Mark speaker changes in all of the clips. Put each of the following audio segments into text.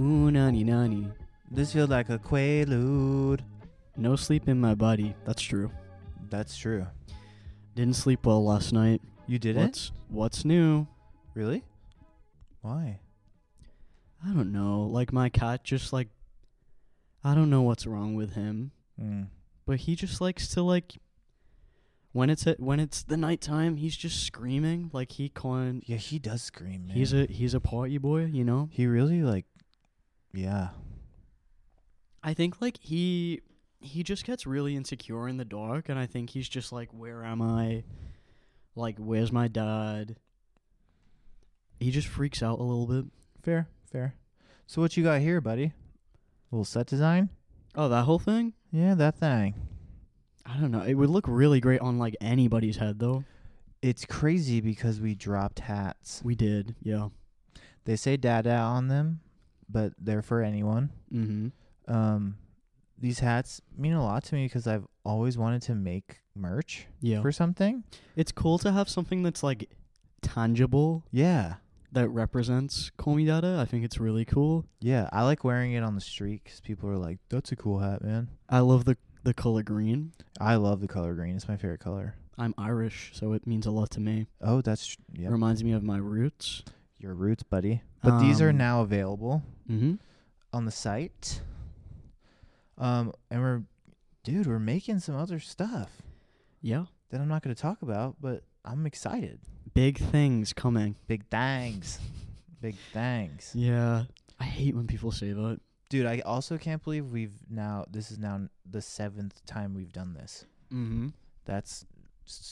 Speaker 1: Ooh, nanny, nanny.
Speaker 2: This feels like a quaalude.
Speaker 1: No sleep in my body. That's true.
Speaker 2: That's true.
Speaker 1: Didn't sleep well last night.
Speaker 2: You did it?
Speaker 1: what's What's new?
Speaker 2: Really? Why?
Speaker 1: I don't know. Like my cat just like I don't know what's wrong with him,
Speaker 2: Mm.
Speaker 1: but he just likes to like when it's at, when it's the nighttime, he's just screaming like he can
Speaker 2: Yeah, he does scream. Man.
Speaker 1: He's a he's a party boy, you know.
Speaker 2: he really like. Yeah.
Speaker 1: I think like he he just gets really insecure in the dark, and I think he's just like, where am I? Like, where's my dad? He just freaks out a little bit.
Speaker 2: Fair. Fair. So what you got here, buddy? Little set design.
Speaker 1: Oh, that whole thing?
Speaker 2: Yeah, that thing.
Speaker 1: I don't know. It would look really great on like anybody's head, though.
Speaker 2: It's crazy because we dropped hats.
Speaker 1: We did, yeah.
Speaker 2: They say "dada" on them, but they're for anyone.
Speaker 1: Mm-hmm.
Speaker 2: Um, these hats mean a lot to me because I've always wanted to make merch
Speaker 1: Yeah.
Speaker 2: for something.
Speaker 1: it's cool to have something that's like tangible
Speaker 2: Yeah.
Speaker 1: that represents Komidata. I think it's really cool.
Speaker 2: Yeah, I like wearing it on the street 'cause people are like, "That's a cool hat, man."
Speaker 1: I love the the color green.
Speaker 2: I love the color green; it's my favorite color.
Speaker 1: I'm Irish, so it means a lot to me.
Speaker 2: Oh, that's yeah,
Speaker 1: Reminds me of my roots.
Speaker 2: your roots, buddy. But these are
Speaker 1: Um,
Speaker 2: now available
Speaker 1: Mm-hmm.
Speaker 2: on the site. Um, and we're, dude, we're making some other stuff
Speaker 1: Yeah.
Speaker 2: that I'm not going to talk about, but I'm excited.
Speaker 1: Big things coming.
Speaker 2: Big thanks, big thanks,
Speaker 1: Yeah. I hate when people say that.
Speaker 2: dude. I also can't believe we've now. This is now the seventh time we've done this.
Speaker 1: Mm-hmm.
Speaker 2: That's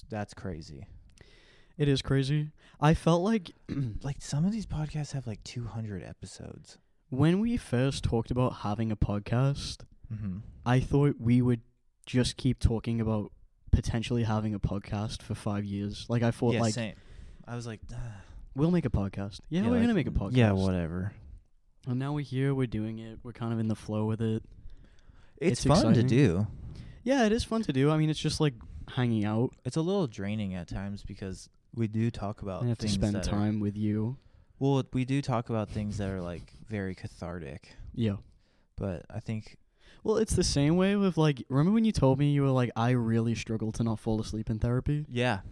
Speaker 2: that's crazy.
Speaker 1: It is crazy. I felt like
Speaker 2: Like some of these podcasts have like 200 episodes.
Speaker 1: when we first talked about having a podcast,
Speaker 2: Mm-hmm.
Speaker 1: I thought we would just keep talking about potentially having a podcast for five years. Like I thought,
Speaker 2: yeah,
Speaker 1: like
Speaker 2: same. I was like,
Speaker 1: we'll make a podcast. Yeah, we're gonna make a podcast.
Speaker 2: Yeah, whatever.
Speaker 1: And now we're here. We're doing it. We're kind of in the flow with it.
Speaker 2: It's,
Speaker 1: It's
Speaker 2: fun
Speaker 1: exciting.
Speaker 2: to do.
Speaker 1: Yeah, it is fun to do. I mean, it's just like hanging out.
Speaker 2: It's a little draining at times because we do talk about
Speaker 1: I have to
Speaker 2: Oh, things
Speaker 1: spend
Speaker 2: that are-
Speaker 1: time with you.
Speaker 2: well, we do talk about things that are like very cathartic.
Speaker 1: Yeah.
Speaker 2: But I think
Speaker 1: Well, it's the same way with like. Remember when you told me you were like, I really struggle to not fall asleep in therapy.
Speaker 2: yeah,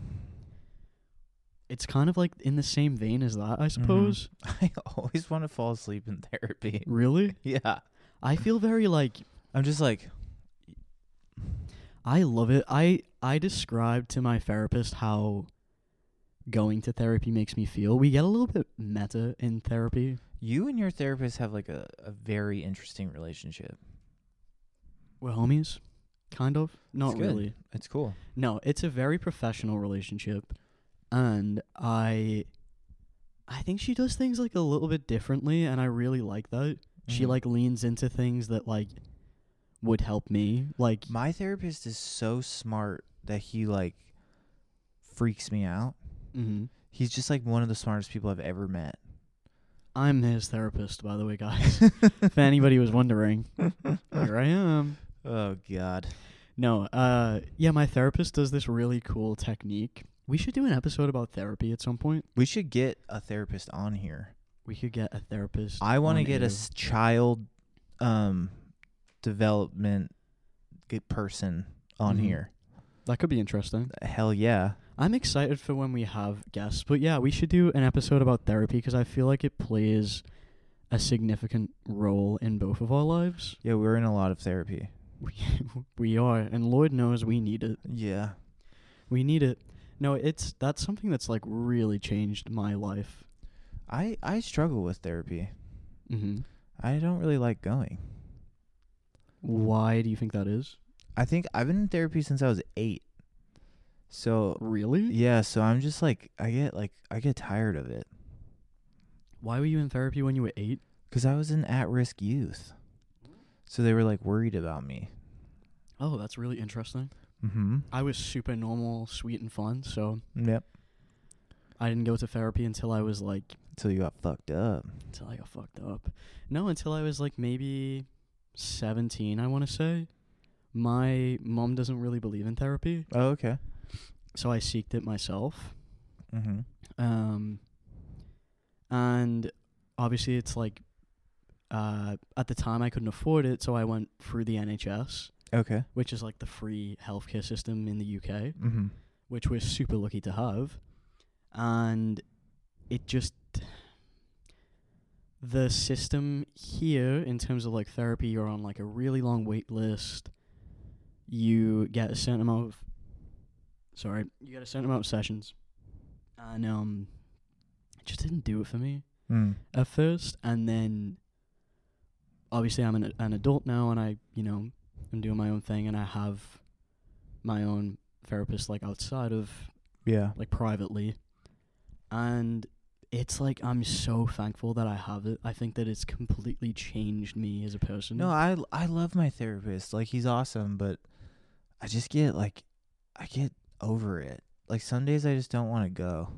Speaker 1: It's kind of like in the same vein as that, I
Speaker 2: Mm-hmm.
Speaker 1: suppose.
Speaker 2: I always want to fall asleep in therapy.
Speaker 1: Really,
Speaker 2: yeah,
Speaker 1: I feel very like
Speaker 2: I'm just like,
Speaker 1: I love it. I I described to my therapist how going to therapy makes me feel. We get a little bit meta in therapy.
Speaker 2: you and your therapist have like a, a very interesting relationship.
Speaker 1: We're homies, kind of. Not
Speaker 2: good.
Speaker 1: really.
Speaker 2: It's cool.
Speaker 1: No, it's a very professional relationship, and I I think she does things like a little bit differently, and I really like that. She
Speaker 2: Mhm.
Speaker 1: like leans into things that like would help me. Like
Speaker 2: My therapist is so smart that he like freaks me out.
Speaker 1: mhm.
Speaker 2: He's just like one of the smartest people I've ever met.
Speaker 1: I'm his therapist, by the way, guys. if anybody was wondering, here I am.
Speaker 2: Oh God.
Speaker 1: No, uh, yeah, my therapist does this really cool technique. We should do an episode about therapy at some point.
Speaker 2: We should get a therapist on here.
Speaker 1: We could get a therapist.
Speaker 2: I want to
Speaker 1: on
Speaker 2: get a
Speaker 1: air.
Speaker 2: s- child um development good person on
Speaker 1: Mhm.
Speaker 2: here.
Speaker 1: that could be interesting.
Speaker 2: Hell yeah.
Speaker 1: I'm excited for when we have guests, but yeah, we should do an episode about therapy because I feel like it plays a significant role in both of our lives.
Speaker 2: Yeah, we're in a lot of therapy.
Speaker 1: We, we are, and Lord knows we need it.
Speaker 2: Yeah.
Speaker 1: We need it. No, it's that's something that's like really changed my life.
Speaker 2: I I struggle with therapy.
Speaker 1: Mm-hmm.
Speaker 2: I don't really like going.
Speaker 1: Why do you think that is?
Speaker 2: I think I've been in therapy since I was 8. So
Speaker 1: Really?
Speaker 2: Yeah, so I'm just like I get like I get tired of it
Speaker 1: Why were you in therapy when you were eight?
Speaker 2: because I was an at-risk youth, so they were like worried about me.
Speaker 1: Oh, that's really interesting.
Speaker 2: Mm-hmm.
Speaker 1: I was super normal, sweet, and fun, so
Speaker 2: Yep.
Speaker 1: I didn't go to therapy until I was like,
Speaker 2: Until you got fucked up.
Speaker 1: until I got fucked up. No, until I was like maybe 17, I want to say. My mom doesn't really believe in therapy,
Speaker 2: Oh, okay.
Speaker 1: so I seeked it myself.
Speaker 2: Mm-hmm.
Speaker 1: Um, and obviously, it's like uh, at the time I couldn't afford it, so I went through the NHS,
Speaker 2: Okay.
Speaker 1: which is like the free healthcare system in the UK,
Speaker 2: Mm-hmm.
Speaker 1: which we're super lucky to have. And it just the system here in terms of like therapy, you're on like a really long wait list. You get a certain amount of sorry, you get a certain amount of sessions. And um it just didn't do it for me
Speaker 2: Mm.
Speaker 1: at first, and then obviously I'm an, an adult now, and I, you know, I'm doing my own thing, and I have my own therapist like outside of
Speaker 2: Yeah.
Speaker 1: like privately, and it's like I'm so thankful that I have it. I think that it's completely changed me as a person.
Speaker 2: No, I I love my therapist. Like he's awesome, but I just get like I get over it. Like some days I just don't want to go.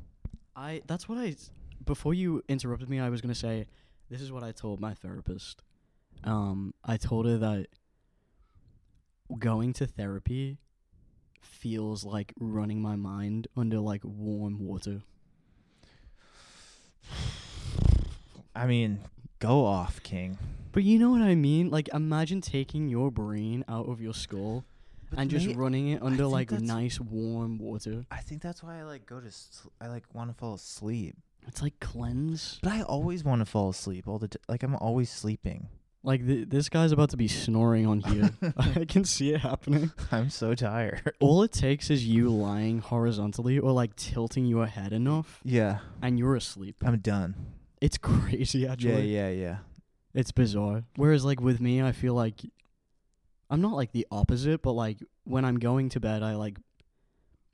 Speaker 1: I that's what I s- before you interrupted me I was going to say this is what I told my therapist. Um I told her that going to therapy feels like running my mind under like warm water.
Speaker 2: I mean, go off, King.
Speaker 1: But you know what I mean? Like imagine taking your brain out of your skull and just
Speaker 2: may-
Speaker 1: running it under
Speaker 2: think
Speaker 1: like
Speaker 2: that's-
Speaker 1: nice warm water.
Speaker 2: I think that's why I like go to sl- I like want to fall asleep.
Speaker 1: It's like cleanse.
Speaker 2: But I always want to fall asleep all the t- like I'm always sleeping.
Speaker 1: Like th- this guy's about to be snoring on here. I can see it happening.
Speaker 2: I'm so tired.
Speaker 1: All it takes is you lying horizontally or like tilting your head enough
Speaker 2: Yeah,
Speaker 1: and you're asleep.
Speaker 2: I'm done.
Speaker 1: It's crazy actually.
Speaker 2: yeah, yeah.
Speaker 1: It's bizarre. Whereas like with me I feel like I'm not like the opposite, but like when I'm going to bed I like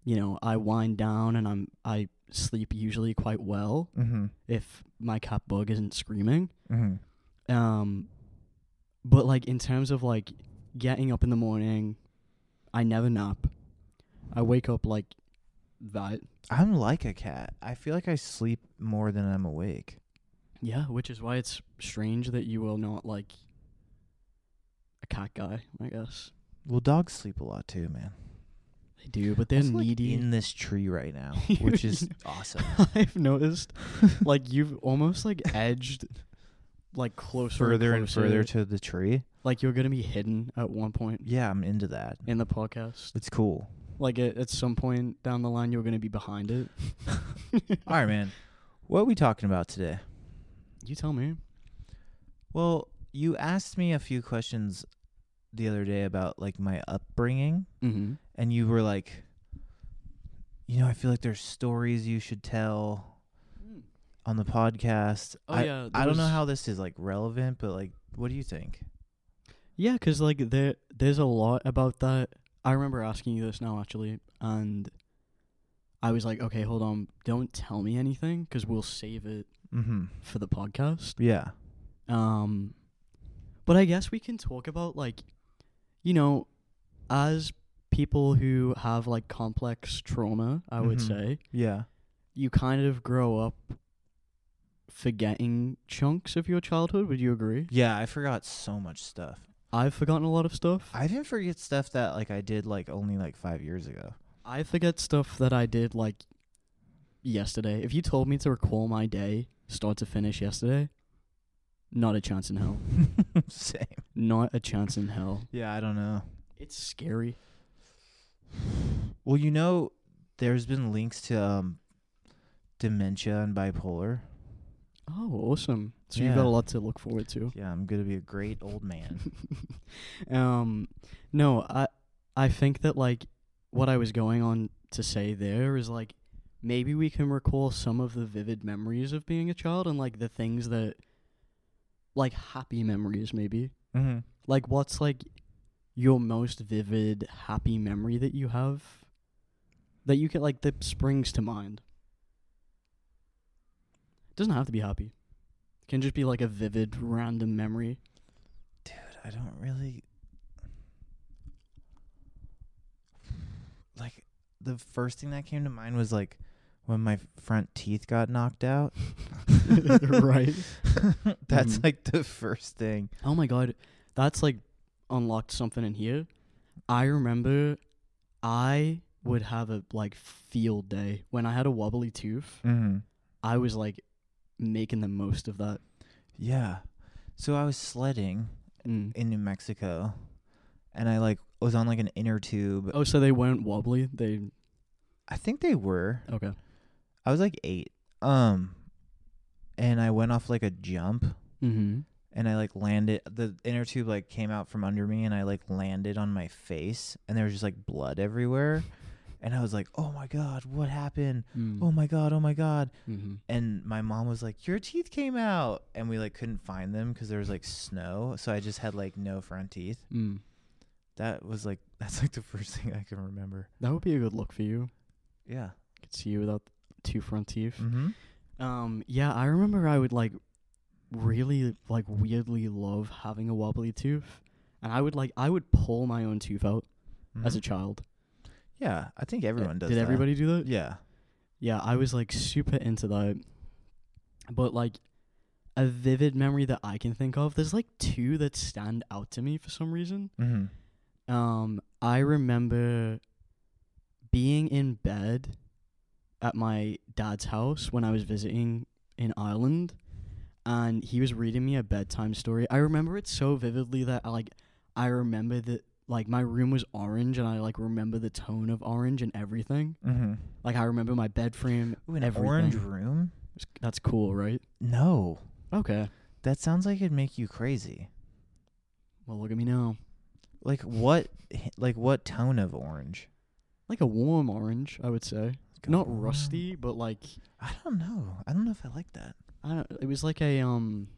Speaker 1: you know, I wind down and I'm I sleep usually quite well
Speaker 2: Mhm.
Speaker 1: if my cat bug isn't screaming.
Speaker 2: Mhm.
Speaker 1: Um, but like in terms of like getting up in the morning, I never nap. I wake up like that.
Speaker 2: I'm like a cat. I feel like I sleep more than I'm awake.
Speaker 1: Yeah, which is why it's strange that you are not like a cat guy. I guess
Speaker 2: Well, dogs sleep a lot too, man.
Speaker 1: they do, but they're
Speaker 2: Also, like,
Speaker 1: needy.
Speaker 2: in this tree right now,
Speaker 1: You
Speaker 2: which is
Speaker 1: know.
Speaker 2: awesome.
Speaker 1: I've noticed, like you've almost like edged, like closer,
Speaker 2: further and
Speaker 1: closer.
Speaker 2: further to the tree.
Speaker 1: like you're gonna be hidden at one point
Speaker 2: Yeah, I'm into that.
Speaker 1: in the podcast.
Speaker 2: It's cool.
Speaker 1: Like at, at some point down the line, you're gonna be behind it.
Speaker 2: All right, man. What are we talking about today?
Speaker 1: You tell me.
Speaker 2: Well, you asked me a few questions the other day about like my upbringing,
Speaker 1: Mm-hmm.
Speaker 2: and you were like, you know, I feel like there's stories you should tell on the podcast.
Speaker 1: Hmm. Oh,
Speaker 2: I,
Speaker 1: yeah,
Speaker 2: I
Speaker 1: there
Speaker 2: don't know
Speaker 1: was-
Speaker 2: how this is like relevant, but like, what do you think?
Speaker 1: Yeah, because like there, there's a lot about that. I remember asking you this now actually, and I was like, okay, hold on, don't tell me anything because we'll save it
Speaker 2: Mm-hmm.
Speaker 1: for the podcast.
Speaker 2: Yeah.
Speaker 1: Um, but I guess we can talk about like, you know, as people who have like complex trauma, I would
Speaker 2: Mhm.
Speaker 1: say
Speaker 2: Yeah.
Speaker 1: you kind of grow up forgetting chunks of your childhood. Would you agree?
Speaker 2: Yeah. I forgot so much stuff.
Speaker 1: I've forgotten a lot of stuff.
Speaker 2: I even forget stuff that like I did like only like five years ago.
Speaker 1: I forget stuff that I did like yesterday. If you told me to recall my day start to finish yesterday, not a chance in hell.
Speaker 2: Same.
Speaker 1: Not a chance in hell.
Speaker 2: Yeah, I don't know.
Speaker 1: It's scary.
Speaker 2: Well, you know, there's been links to um, dementia and bipolar.
Speaker 1: Oh, awesome. So you've got
Speaker 2: Yeah.
Speaker 1: a lot to look forward to.
Speaker 2: Yeah, I'm gonna be a great old man.
Speaker 1: Um no, I I think that like what I was going on to say there is like maybe we can recall some of the vivid memories of being a child and like the things that like happy memories maybe.
Speaker 2: mm-hmm.
Speaker 1: Like, what's like your most vivid happy memory that you have that you can like that springs to mind? Doesn't have to be happy. Can just be like a vivid random memory.
Speaker 2: Dude, I don't really like. The first thing that came to mind was like when my front teeth got knocked out.
Speaker 1: Right.
Speaker 2: That's
Speaker 1: Mhm.
Speaker 2: like the first thing.
Speaker 1: Oh my god, that's like unlocked something in here. I remember I would have a like field day when I had a wobbly tooth.
Speaker 2: Mm-hmm.
Speaker 1: I was like making the most of that.
Speaker 2: Yeah. So I was sledding
Speaker 1: Mm.
Speaker 2: in New Mexico, and I like was on like an inner tube.
Speaker 1: Oh, so they weren't wobbly. They
Speaker 2: I think they were.
Speaker 1: okay.
Speaker 2: I was like eight. Um, and I went off like a jump,
Speaker 1: Mm-hmm.
Speaker 2: and I like landed. The inner tube like came out from under me, and I like landed on my face, and there was just like blood everywhere. And I was like, "Oh my god, what happened? Oh my god, oh my god!"
Speaker 1: Mm. Mm-hmm.
Speaker 2: and my mom was like your teeth came out and we like couldn't find them because there was like snow so i just had like no front teeth
Speaker 1: Mm.
Speaker 2: that was like that's like the first thing i can remember
Speaker 1: That would be a good look for you.
Speaker 2: yeah
Speaker 1: I could see you without two front teeth.
Speaker 2: mm-hmm.
Speaker 1: Um, yeah, I remember I would like really like weirdly love having a wobbly tooth, and I would like I would pull my own tooth out as a child.
Speaker 2: Mm-hmm. yeah i think
Speaker 1: Uh,
Speaker 2: everyone does
Speaker 1: Did
Speaker 2: that.
Speaker 1: everybody do that?
Speaker 2: yeah
Speaker 1: Yeah, I was like super into that. But like a vivid memory that I can think of, there's like two that stand out to me for some reason.
Speaker 2: mm-hmm.
Speaker 1: Um, I remember being in bed at my dad's house when I was visiting in Ireland, and he was reading me a bedtime story. I remember it so vividly that I like I remember that like my room was orange, and I like remember the tone of orange and everything.
Speaker 2: Mm-hmm.
Speaker 1: Like I remember my bed frame.
Speaker 2: Ooh, an
Speaker 1: everything.
Speaker 2: orange room
Speaker 1: That's cool, right?
Speaker 2: no
Speaker 1: Okay.
Speaker 2: that sounds like it'd make you crazy
Speaker 1: Well, look at me now.
Speaker 2: like what like what tone of orange
Speaker 1: Like a warm orange, I would say.
Speaker 2: Go
Speaker 1: Not
Speaker 2: on.
Speaker 1: rusty, but like
Speaker 2: i don't know i don't know if i like that
Speaker 1: I don't. It was like a um,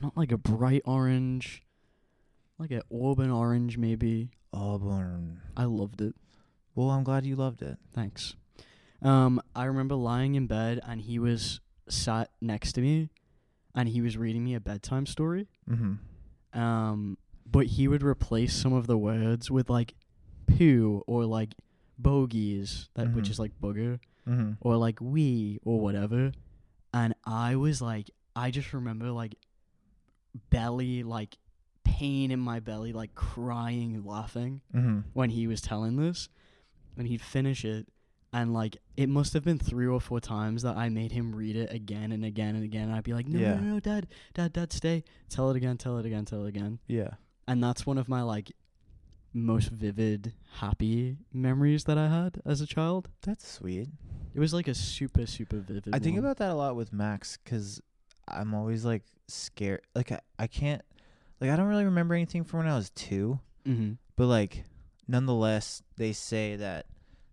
Speaker 1: not like a bright orange, like an auburn orange maybe.
Speaker 2: auburn
Speaker 1: I loved it.
Speaker 2: well i'm glad you loved it
Speaker 1: Thanks. Um, I remember lying in bed and he was sat next to me, and he was reading me a bedtime story.
Speaker 2: mm-hmm
Speaker 1: Um, but he would replace some of the words with like poo or like bogies, that which
Speaker 2: Mhm.
Speaker 1: is like booger.
Speaker 2: mm-hmm
Speaker 1: or like we or whatever and i was like i just remember like belly like pain in my belly like crying laughing
Speaker 2: mm-hmm
Speaker 1: when he was telling this and he'd finish it and like it must have been three or four times that i made him read it again and again and again and i'd be like no
Speaker 2: Yeah.
Speaker 1: no no, no dad dad dad stay tell it again tell it again tell it again
Speaker 2: yeah
Speaker 1: and that's one of my like most vivid happy memories that i had as a child
Speaker 2: That's sweet.
Speaker 1: it was like a super super vivid.
Speaker 2: I think
Speaker 1: one.
Speaker 2: about that a lot with Max because I'm always like scared. Like I, I can't, like I don't really remember anything from when I was two.
Speaker 1: Mm-hmm.
Speaker 2: But like, nonetheless, they say that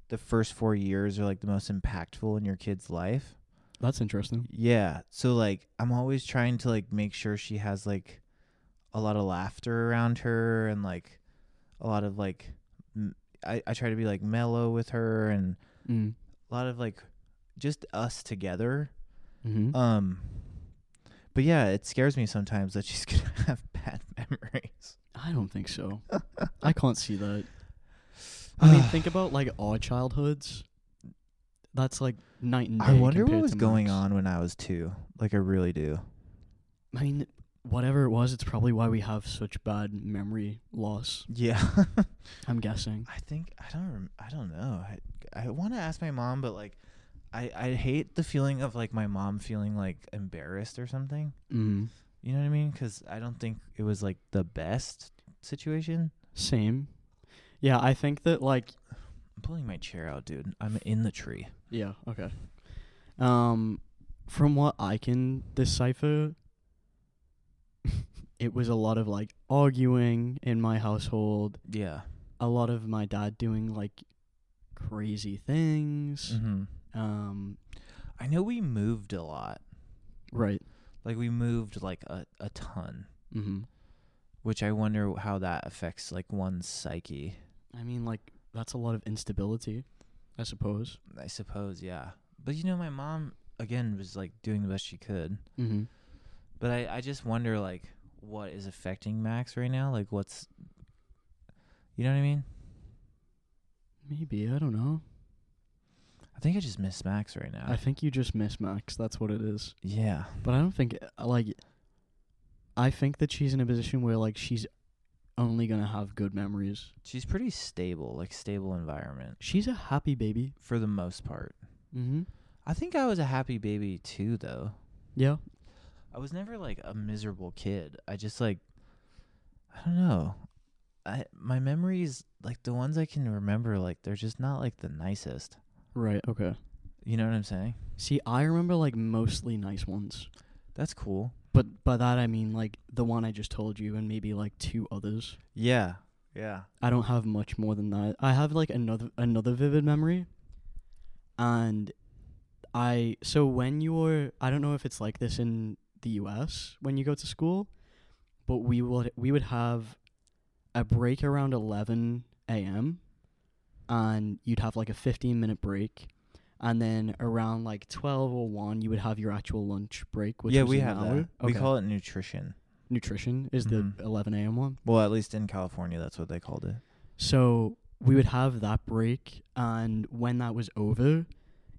Speaker 2: the first four years are like the most impactful in your kid's life.
Speaker 1: That's interesting.
Speaker 2: Yeah. So like, I'm always trying to like make sure she has like a lot of laughter around her and like a lot of like, m- I I try to be like mellow with her and
Speaker 1: Mm.
Speaker 2: a lot of like just us together.
Speaker 1: Mm-hmm.
Speaker 2: Um, but yeah, it scares me sometimes that she's gonna have bad memories.
Speaker 1: I don't think so. I can't see that. I mean, think about like our childhoods. That's like night and day.
Speaker 2: I wonder what
Speaker 1: compared
Speaker 2: was
Speaker 1: to
Speaker 2: going
Speaker 1: Max.
Speaker 2: on when I was two. Like, I really do.
Speaker 1: I mean, whatever it was, it's probably why we have such bad memory loss.
Speaker 2: Yeah,
Speaker 1: I'm guessing.
Speaker 2: I think I don't. Rem- I don't know. I I want to ask my mom, but like, I I hate the feeling of like my mom feeling like embarrassed or something.
Speaker 1: Mm.
Speaker 2: You know what I mean? Because I don't think it was like the best situation.
Speaker 1: Same. Yeah, I think that like
Speaker 2: I'm pulling my chair out, dude. I'm in the tree.
Speaker 1: Yeah, okay. Um from what I can decipher it was a lot of like arguing in my household,
Speaker 2: Yeah.
Speaker 1: a lot of my dad doing like crazy things.
Speaker 2: hmm
Speaker 1: Um
Speaker 2: I know we moved a lot.
Speaker 1: right.
Speaker 2: Like we moved like a, a ton,
Speaker 1: Mhm.
Speaker 2: which I wonder how that affects like one's psyche.
Speaker 1: I mean like that's a lot of instability, I suppose.
Speaker 2: I suppose, yeah. But you know, my mom again was like doing the best she could.
Speaker 1: Mhm.
Speaker 2: But I, I just wonder like what is affecting Max right now? Like what's you know what I mean?
Speaker 1: Maybe, I don't know.
Speaker 2: I think I just miss Max right now.
Speaker 1: I think you just miss Max, that's what it is.
Speaker 2: yeah.
Speaker 1: But I don't think uh, like I think that she's in a position where like she's only gonna have good memories.
Speaker 2: She's pretty stable, like stable environment
Speaker 1: She's a happy baby.
Speaker 2: for the most part.
Speaker 1: Mm-hmm.
Speaker 2: I think I was a happy baby too though.
Speaker 1: Yeah.
Speaker 2: I was never like a miserable kid. I just like I don't know. I my memories like the ones I can remember like they're just not like the nicest.
Speaker 1: Right. Okay.
Speaker 2: You know what I'm saying?
Speaker 1: See, I remember like mostly nice ones,
Speaker 2: That's cool.
Speaker 1: but by that I mean like the one I just told you and maybe like two others.
Speaker 2: Yeah. Yeah.
Speaker 1: I don't have much more than that. I have like another another vivid memory, and I so when you were I don't know if it's like this in the U.S. when you go to school, but we would we would have a break around eleven a.m. and you'd have like a fifteen minute break, and then around like twelve or one you would have your actual lunch break. Which
Speaker 2: yeah,
Speaker 1: was
Speaker 2: we
Speaker 1: an
Speaker 2: have
Speaker 1: hour.
Speaker 2: that. We
Speaker 1: Okay.
Speaker 2: call it nutrition.
Speaker 1: nutrition is
Speaker 2: Mhm.
Speaker 1: the eleven a.m. one.
Speaker 2: Well, at least in California that's what they called it.
Speaker 1: So we would have that break, and when that was over,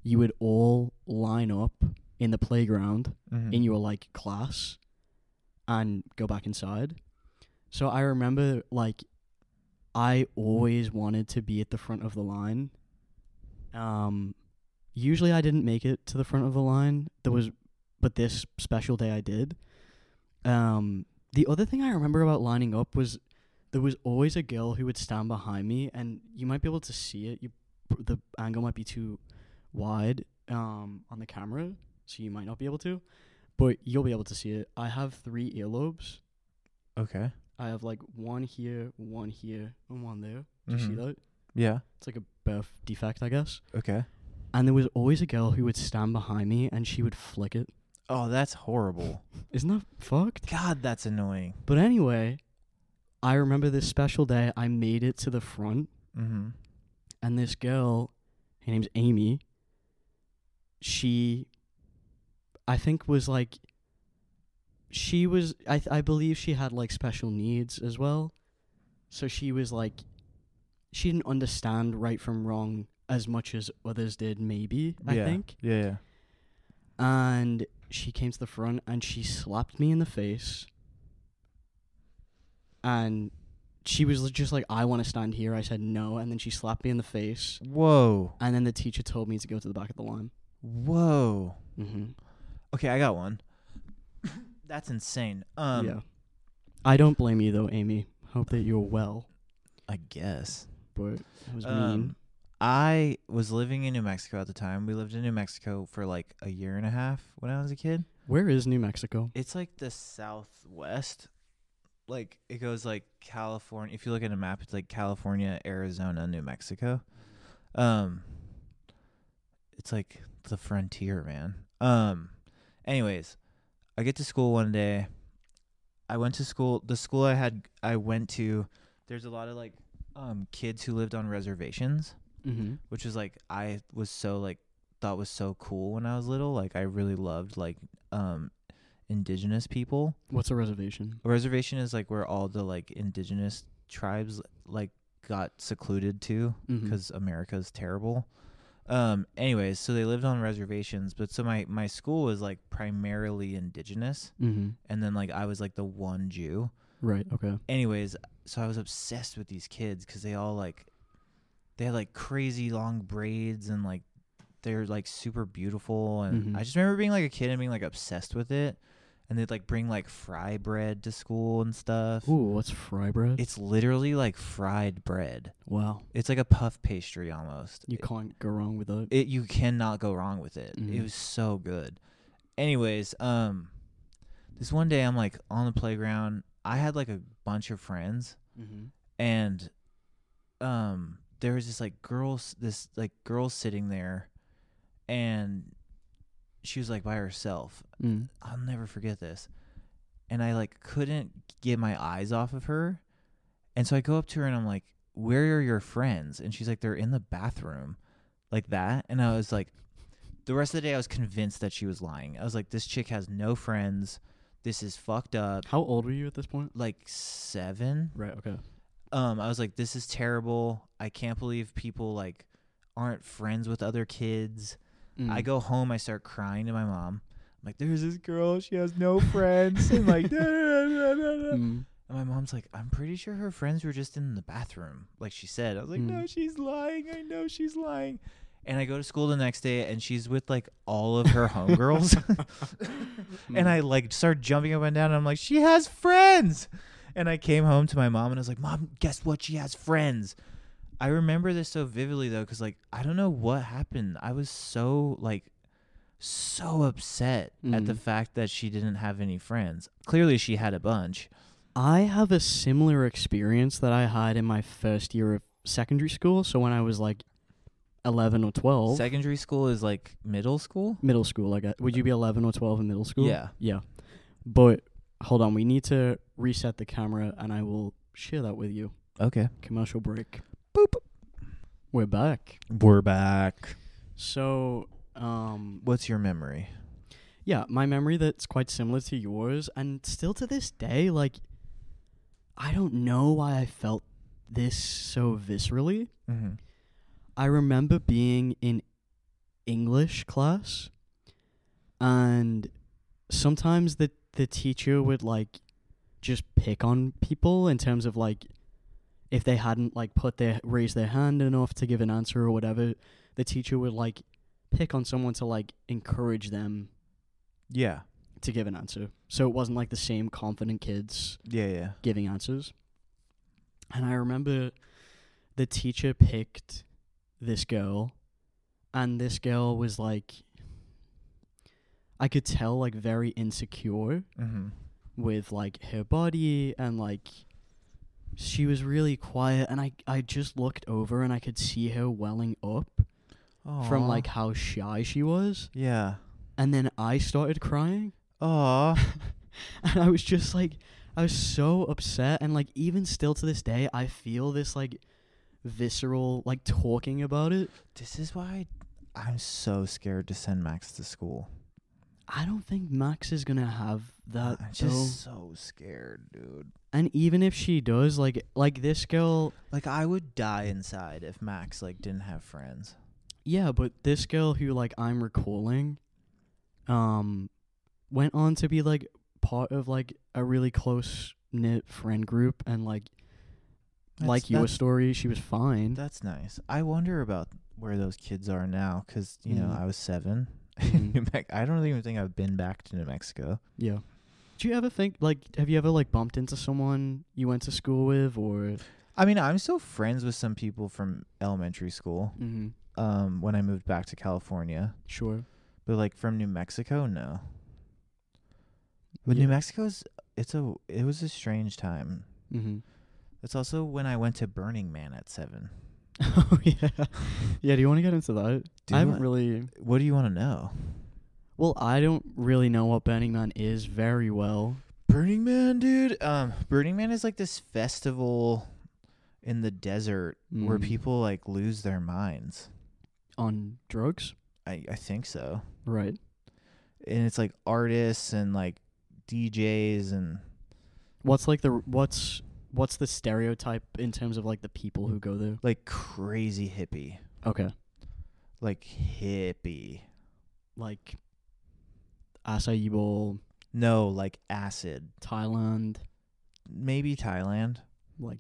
Speaker 1: you would all line up in the playground
Speaker 2: Mm-hmm.
Speaker 1: in your like class and go back inside. So I remember like I always wanted to be at the front of the line. Um usually I didn't make it to the front of the line. There was but this special day I did. Um the other thing I remember about lining up was there was always a girl who would stand behind me and you might be able to see it. You the angle might be too wide um on the camera, so you might not be able to. But you'll be able to see it. I have three earlobes.
Speaker 2: okay.
Speaker 1: I have like one here, one here, and one there. Do you see
Speaker 2: Mhm.
Speaker 1: that?
Speaker 2: Yeah.
Speaker 1: It's like a birth defect, I guess.
Speaker 2: Okay.
Speaker 1: And there was always a girl who would stand behind me and she would flick it.
Speaker 2: Oh, that's horrible.
Speaker 1: Isn't that fucked?
Speaker 2: God, that's annoying.
Speaker 1: But anyway, I remember this special day. I made it to the front,
Speaker 2: Mhm.
Speaker 1: and this girl, her name's Amy, she, I think, was like, she was, I, th- I believe she had like special needs as well. So she was like, she didn't understand right from wrong as much as others did, maybe, I
Speaker 2: yeah.
Speaker 1: think.
Speaker 2: Yeah, yeah.
Speaker 1: And she came to the front and she slapped me in the face. And she was just like, I want to stand here. I said no. And then she slapped me in the face.
Speaker 2: Whoa.
Speaker 1: And then the teacher told me to go to the back of the line.
Speaker 2: Whoa.
Speaker 1: Mm-hmm.
Speaker 2: Okay, I got one. that's insane. Um
Speaker 1: yeah. I don't blame you, though, Amy. Hope that you're well.
Speaker 2: I guess.
Speaker 1: But it was mean.
Speaker 2: Um, I was living in New Mexico at the time. We lived in New Mexico for like a year and a half when I was a kid.
Speaker 1: Where is New Mexico?
Speaker 2: It's like the southwest. Like it goes like California. If you look at a map, it's like California, Arizona, New Mexico. Um it's like the frontier, man. Um anyways, I get to school one day. I went to school, the school I had I went to, there's a lot of like um kids who lived on reservations
Speaker 1: Mm-hmm.
Speaker 2: which was like I was so like thought was so cool when I was little. Like I really loved like um indigenous people.
Speaker 1: What's a reservation?
Speaker 2: A reservation is like where all the like indigenous tribes like got secluded to
Speaker 1: Mhm.
Speaker 2: because America's terrible. Um anyways, so they lived on reservations, but so my my school was like primarily indigenous
Speaker 1: Mhm.
Speaker 2: and then like I was like the one Jew
Speaker 1: Right. Okay.
Speaker 2: anyways, so I was obsessed with these kids because they all like, they had like crazy long braids and like, they're like super beautiful. And
Speaker 1: Mhm.
Speaker 2: I just remember being like a kid and being like obsessed with it. And they'd like bring like fry bread to school and stuff.
Speaker 1: Ooh, what's fry bread?
Speaker 2: It's literally like fried bread.
Speaker 1: wow.
Speaker 2: It's like a puff pastry almost.
Speaker 1: You can't go wrong with that.
Speaker 2: It you cannot go wrong with it.
Speaker 1: Mhm.
Speaker 2: It was so good. Anyways, um, this one day I'm like on the playground. I had like a bunch of friends
Speaker 1: Mm-hmm.
Speaker 2: and um there was this like girl s- this like girl sitting there and she was like by herself
Speaker 1: Mm.
Speaker 2: i'll never forget this and i like couldn't get my eyes off of her and so i go up to her and i'm like where are your friends and she's like they're in the bathroom like that and i was like the rest of the day i was convinced that she was lying i was like this chick has no friends this is fucked up
Speaker 1: How old were you at this point?
Speaker 2: like seven
Speaker 1: Right. Okay.
Speaker 2: um i was like this is terrible i can't believe people like aren't friends with other kids
Speaker 1: Mm.
Speaker 2: i go home i start crying to my mom i'm like there's this girl she has no friends and like da, da, da, da, da.
Speaker 1: Mm.
Speaker 2: and my mom's like i'm pretty sure her friends were just in the bathroom like she said i was like
Speaker 1: Mm.
Speaker 2: no she's lying i know she's lying And I go to school the next day and she's with like all of her homegirls. and I like start jumping up and down. And I'm like, she has friends. And I came home to my mom and I was like, Mom, guess what? She has friends. I remember this so vividly though, because like I don't know what happened. I was so like so upset at the
Speaker 1: Mhm.
Speaker 2: fact that she didn't have any friends. Clearly, she had a bunch.
Speaker 1: I have a similar experience that I had in my first year of secondary school. So when I was like 11 or 12,
Speaker 2: Secondary school is like middle school.
Speaker 1: middle school, I guess. Would you be 11 or 12 in middle school?
Speaker 2: Yeah.
Speaker 1: Yeah. But hold on, we need to reset the camera and I will share that with you.
Speaker 2: Okay.
Speaker 1: Commercial break.
Speaker 2: Boop.
Speaker 1: We're back.
Speaker 2: We're back.
Speaker 1: So, um,
Speaker 2: What's your memory?
Speaker 1: yeah, my memory that's quite similar to yours, and still to this day, like, I don't know why I felt this so viscerally.
Speaker 2: Mm-hmm.
Speaker 1: I remember being in English class, and sometimes the the teacher would like just pick on people in terms of like if they hadn't like put their raised their hand enough to give an answer or whatever. The teacher would like pick on someone to like encourage them
Speaker 2: Yeah.
Speaker 1: to give an answer. So it wasn't like the same confident kids
Speaker 2: Yeah. Yeah.
Speaker 1: giving answers. And I remember the teacher picked this girl, and this girl was like, I could tell, like, very insecure
Speaker 2: Mm-hmm.
Speaker 1: with, like, her body, and, like, she was really quiet. And I, I just looked over and I could see her welling up from, like, how shy she was.
Speaker 2: Yeah.
Speaker 1: And then I started crying.
Speaker 2: Aw.
Speaker 1: and I was just like, I was so upset, and like even still to this day, I feel this like visceral, like talking about it.
Speaker 2: this is why I'm so scared to send Max to school.
Speaker 1: I don't think Max is gonna have that
Speaker 2: I'm
Speaker 1: though.
Speaker 2: just so scared, dude.
Speaker 1: And even if she does, like like this girl,
Speaker 2: Like I would die inside if Max like didn't have friends.
Speaker 1: yeah, but this girl who like I'm recalling, um, went on to be like part of like a really close knit friend group, and like
Speaker 2: That's-
Speaker 1: like your
Speaker 2: that's-
Speaker 1: story, she was fine.
Speaker 2: That's nice. I wonder about where those kids are now, 'cause you know
Speaker 1: Mhm.
Speaker 2: I was seven.
Speaker 1: Mhm.
Speaker 2: New Mex- I don't even think I've been back to New Mexico.
Speaker 1: Yeah. Do you ever think like have you ever like bumped into someone you went to school with or
Speaker 2: I mean, I'm still friends with some people from elementary school.
Speaker 1: mm-hmm.
Speaker 2: Um, when I moved back to California,
Speaker 1: sure.
Speaker 2: but like from New Mexico, no. But
Speaker 1: Yeah.
Speaker 2: New Mexico's it's a it was a strange time.
Speaker 1: Mm-hmm.
Speaker 2: It's also when I went to Burning Man at seven.
Speaker 1: oh yeah. Yeah, do you want to get into that?
Speaker 2: Do
Speaker 1: I
Speaker 2: you
Speaker 1: haven't
Speaker 2: wa-
Speaker 1: really
Speaker 2: What do you want to know?
Speaker 1: Well, I don't really know what Burning Man is very well.
Speaker 2: Burning Man, dude. Um, Burning Man is like this festival in the desert where
Speaker 1: Mm.
Speaker 2: people like lose their minds.
Speaker 1: on drugs.
Speaker 2: I, I think so.
Speaker 1: Right.
Speaker 2: And it's like artists and like DJs and
Speaker 1: What's like the what's what's the stereotype in terms of like the people who go there?
Speaker 2: like crazy hippie.
Speaker 1: Okay.
Speaker 2: Like hippie.
Speaker 1: Like acai bowl,
Speaker 2: No, like acid.
Speaker 1: Thailand,
Speaker 2: Maybe Thailand.
Speaker 1: like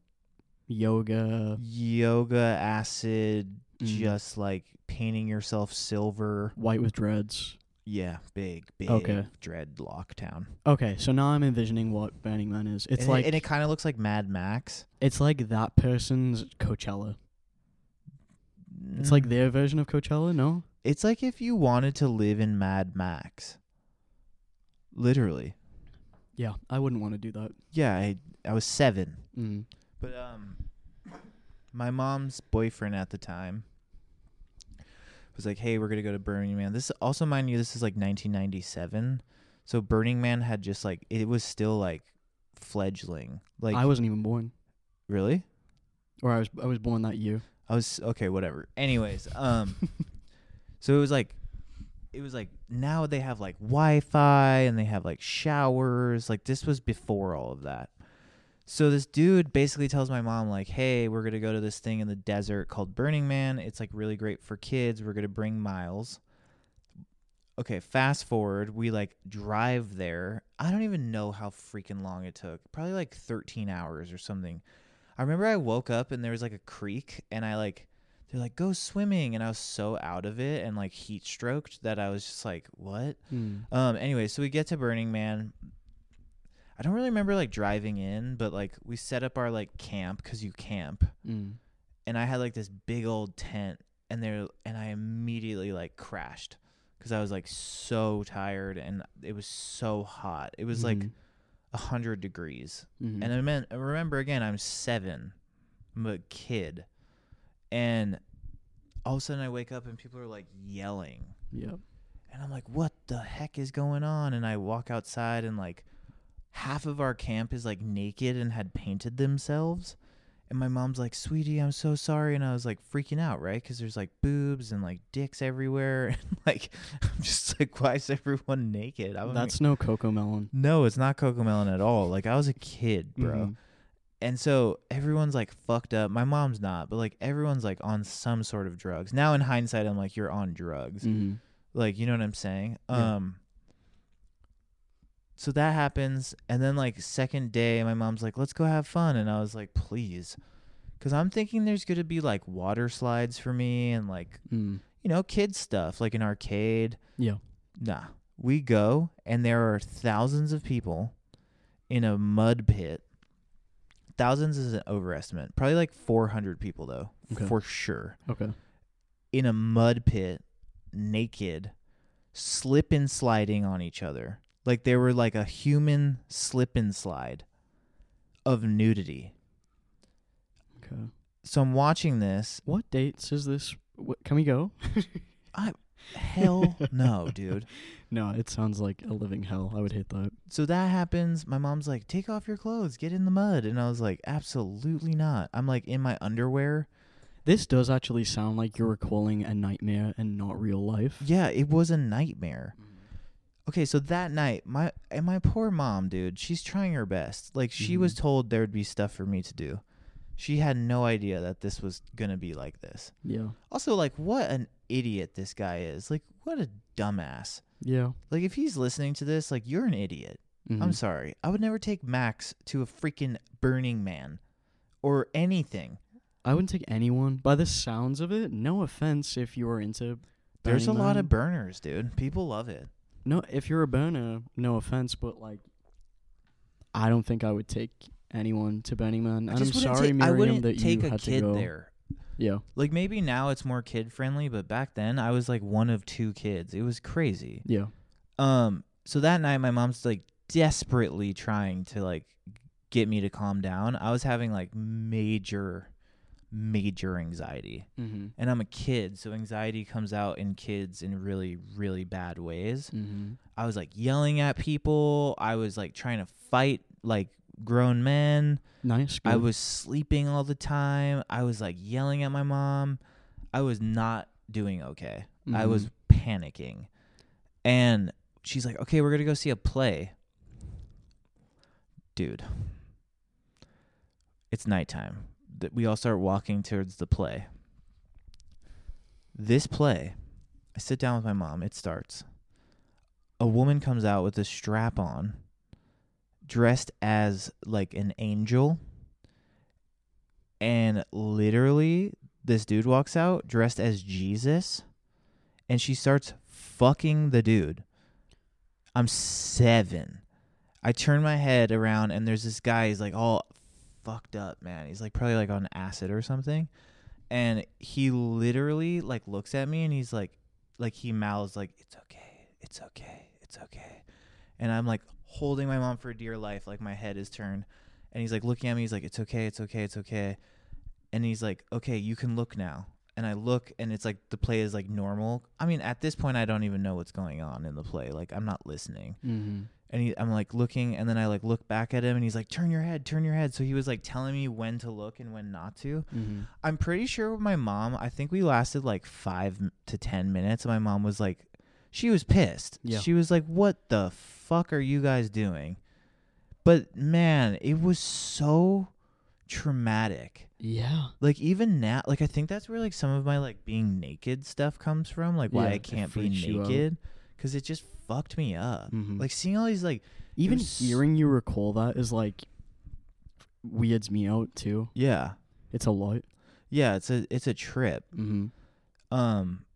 Speaker 1: yoga.
Speaker 2: Yoga, acid,
Speaker 1: mm,
Speaker 2: just like painting yourself silver.
Speaker 1: white with dreads.
Speaker 2: Yeah, big, big
Speaker 1: Okay.
Speaker 2: dreadlock town.
Speaker 1: Okay, so now I'm envisioning what Burning Man is. It's
Speaker 2: and
Speaker 1: like
Speaker 2: it, and it kind of looks like Mad Max.
Speaker 1: it's like that person's Coachella. It's like
Speaker 2: Mm.
Speaker 1: their version of Coachella, no?
Speaker 2: It's like if you wanted to live in Mad Max. Literally.
Speaker 1: Yeah, I wouldn't want to do that.
Speaker 2: Yeah, I I was 7.
Speaker 1: Mm.
Speaker 2: But um my mom's boyfriend at the time was like, "Hey, we're going to go to Burning Man." This also mind you, this is like 1997. So Burning Man had just like it was still like fledgling. Like
Speaker 1: I wasn't even born,
Speaker 2: really?
Speaker 1: or I was I was born that year.
Speaker 2: I was okay, whatever. Anyways, um so it was like it was like now they have like Wi-Fi and they have like showers. Like this was before all of that. So this dude basically tells my mom like, "Hey, we're going to go to this thing in the desert called Burning Man. It's like really great for kids. We're going to bring Miles." Okay, fast forward, we like drive there. I don't even know how freaking long it took. Probably like 13 hours or something. I remember I woke up and there was like a creek and I like they're like go swimming and i was so out of it and like heat stroked that i was just like what
Speaker 1: Mm.
Speaker 2: um anyway so we get to burning man i don't really remember like driving in but like we set up our like camp because you camp
Speaker 1: Mm.
Speaker 2: and i had like this big old tent and there and i immediately like crashed because i was like so tired and it was so hot it was like
Speaker 1: Mhm.
Speaker 2: a 100 degrees
Speaker 1: Mhm.
Speaker 2: and I meant I remember again, I'm seven. I'm a kid. And all of a sudden I wake up and people are like yelling.
Speaker 1: yep.
Speaker 2: And I'm like, what the heck is going on? And I walk outside and like half of our camp is like naked and had painted themselves. And my mom's like, sweetie, I'm so sorry. And I was like freaking out, right? Because there's like boobs and like dicks everywhere. And like, I'm just like, why is everyone naked? I'm
Speaker 1: That's no cocoa melon,
Speaker 2: no, it's not Coco Melon at all. Like, I was a kid, bro.
Speaker 1: Mhm.
Speaker 2: And so everyone's like fucked up. My mom's not, but like everyone's like on some sort of drugs. Now in hindsight, I'm like, you're on drugs.
Speaker 1: Mhm.
Speaker 2: Like, you know what I'm saying?
Speaker 1: Yeah.
Speaker 2: Um so that happens. And then like second day, my mom's like, let's go have fun. And I was like, please. Cause I'm thinking there's gonna be like water slides for me and like,
Speaker 1: Mm.
Speaker 2: you know, kid stuff, like an arcade.
Speaker 1: Yeah.
Speaker 2: Nah. We go, and there are thousands of people in a mud pit. Thousands is an overestimate. Probably like 400 people, though,
Speaker 1: Okay.
Speaker 2: for sure.
Speaker 1: Okay.
Speaker 2: In a mud pit, naked, slip and sliding on each other. Like they were like a human slip and slide of nudity.
Speaker 1: Okay.
Speaker 2: So I'm watching this.
Speaker 1: What dates is this? What, can we go?
Speaker 2: Hell no, dude.
Speaker 1: No, it sounds like a living hell. I would hate that.
Speaker 2: so that happens. My mom's like, take off your clothes, get in the mud. And I was like, absolutely not. I'm like in my underwear.
Speaker 1: This does actually sound like you're recalling a nightmare and not real life.
Speaker 2: Yeah, it was a nightmare. Okay, so that night, my and my poor mom, dude, she's trying her best. Like she was
Speaker 1: Mhm.
Speaker 2: told there would be stuff for me to do. She had no idea that this was gonna be like this.
Speaker 1: Yeah.
Speaker 2: Also, like what an idiot this guy is. Like what a dumbass.
Speaker 1: Yeah.
Speaker 2: Like if he's listening to this, like you're an idiot. I'm
Speaker 1: Mhm.
Speaker 2: sorry. I would never take Max to a freaking Burning Man or anything.
Speaker 1: I wouldn't take anyone. By the sounds of it, no offense if you are into.
Speaker 2: There's a
Speaker 1: Burning
Speaker 2: lot
Speaker 1: Man.
Speaker 2: of burners, dude. People love it.
Speaker 1: No, if you're a burner, no offense, but like, I don't think I would take anyone to Burning Man. And I'm
Speaker 2: just wouldn't
Speaker 1: sorry,
Speaker 2: take, I
Speaker 1: Miriam,
Speaker 2: wouldn't
Speaker 1: that
Speaker 2: take
Speaker 1: you
Speaker 2: a
Speaker 1: had
Speaker 2: kid
Speaker 1: to go.
Speaker 2: there.
Speaker 1: Yeah.
Speaker 2: Like maybe now it's more kid friendly, but back then I was like one of two kids. It was crazy.
Speaker 1: Yeah.
Speaker 2: Um so that night my mom's like desperately trying to like get me to calm down. I was having like major major anxiety.
Speaker 1: Mm-hmm.
Speaker 2: And I'm a kid, so anxiety comes out in kids in really really bad ways.
Speaker 1: Mm-hmm.
Speaker 2: I was like yelling at people. I was like trying to fight like grown men.
Speaker 1: Nice.
Speaker 2: I
Speaker 1: good.
Speaker 2: was sleeping all the time. I was like yelling at my mom. I was not doing okay. I
Speaker 1: Mhm.
Speaker 2: was panicking. And she's like, okay, we're going to go see a play. Dude, it's nighttime. Th- We all start walking towards the play. This play, I sit down with my mom. It starts. A woman comes out with a strap on, dressed as like an angel. And literally, this dude walks out dressed as Jesus and she starts fucking the dude. I'm seven. I turn my head around and there's this guy. He's like all fucked up, man. He's like probably like on acid or something. And he literally like looks at me and he's like, like he mouths like, "It's okay, it's okay, it's okay," and I'm like holding my mom for dear life, like my head is turned, and he's like looking at me. He's like, "It's okay, it's okay, it's okay," and he's like, "Okay, you can look now." and I look and it's like the play is like normal. I mean, at this point, I don't even know what's going on in the play. Like, I'm not listening.
Speaker 1: Mm-hmm.
Speaker 2: And he, I'm like looking, and then I like look back at him, and he's like, "Turn your head, turn your head." So he was like telling me when to look and when not to.
Speaker 1: Mm-hmm.
Speaker 2: I'm pretty sure with my mom, I think we lasted like five m- to ten minutes. And my mom was like, she was pissed.
Speaker 1: Yeah.
Speaker 2: She was like, "What the fuck are you guys doing?" But man, it was so traumatic
Speaker 1: Yeah.
Speaker 2: like even now like i think that's where like some of my like being naked stuff comes from like why
Speaker 1: Yeah,
Speaker 2: i
Speaker 1: it
Speaker 2: can't be
Speaker 1: freaks you out.
Speaker 2: naked because it just fucked me up
Speaker 1: Mhm.
Speaker 2: like seeing all these like
Speaker 1: Even
Speaker 2: was-
Speaker 1: hearing you recall that is like weirds me out too.
Speaker 2: yeah
Speaker 1: It's a lot.
Speaker 2: yeah, it's a it's a trip.
Speaker 1: Mm-hmm.
Speaker 2: Um,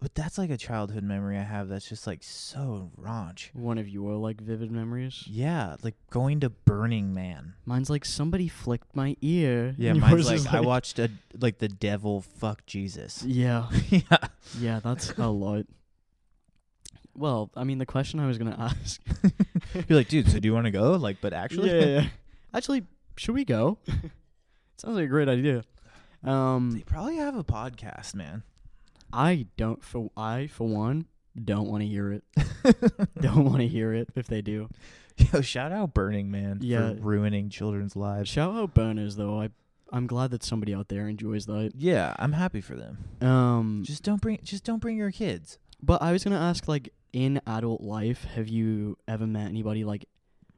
Speaker 2: but that's like a childhood memory I have that's just like so raunch.
Speaker 1: One of your like vivid memories.
Speaker 2: Yeah, like going to Burning Man.
Speaker 1: Mine's like somebody flicked my ear.
Speaker 2: Yeah,
Speaker 1: and
Speaker 2: mine's
Speaker 1: yours
Speaker 2: like,
Speaker 1: is
Speaker 2: I watched a like the devil fuck Jesus.
Speaker 1: Yeah,
Speaker 2: yeah,
Speaker 1: yeah, that's a lot. Well, I mean, the question I was gonna ask.
Speaker 2: you're like, dude. So do you want to go? Like, but actually,
Speaker 1: yeah, yeah, yeah. actually, should we go? Sounds like a great idea. Um,
Speaker 2: they probably have a podcast, man.
Speaker 1: I don't for I for one don't want to hear it. don't want to hear it if they do.
Speaker 2: Yo, shout out Burning Man
Speaker 1: Yeah.
Speaker 2: for ruining children's lives.
Speaker 1: Shout out burners though. I I'm glad that somebody out there enjoys that.
Speaker 2: Yeah, I'm happy for them.
Speaker 1: Um,
Speaker 2: Just don't bring just don't bring your kids.
Speaker 1: but I was gonna ask like in adult life, have you ever met anybody like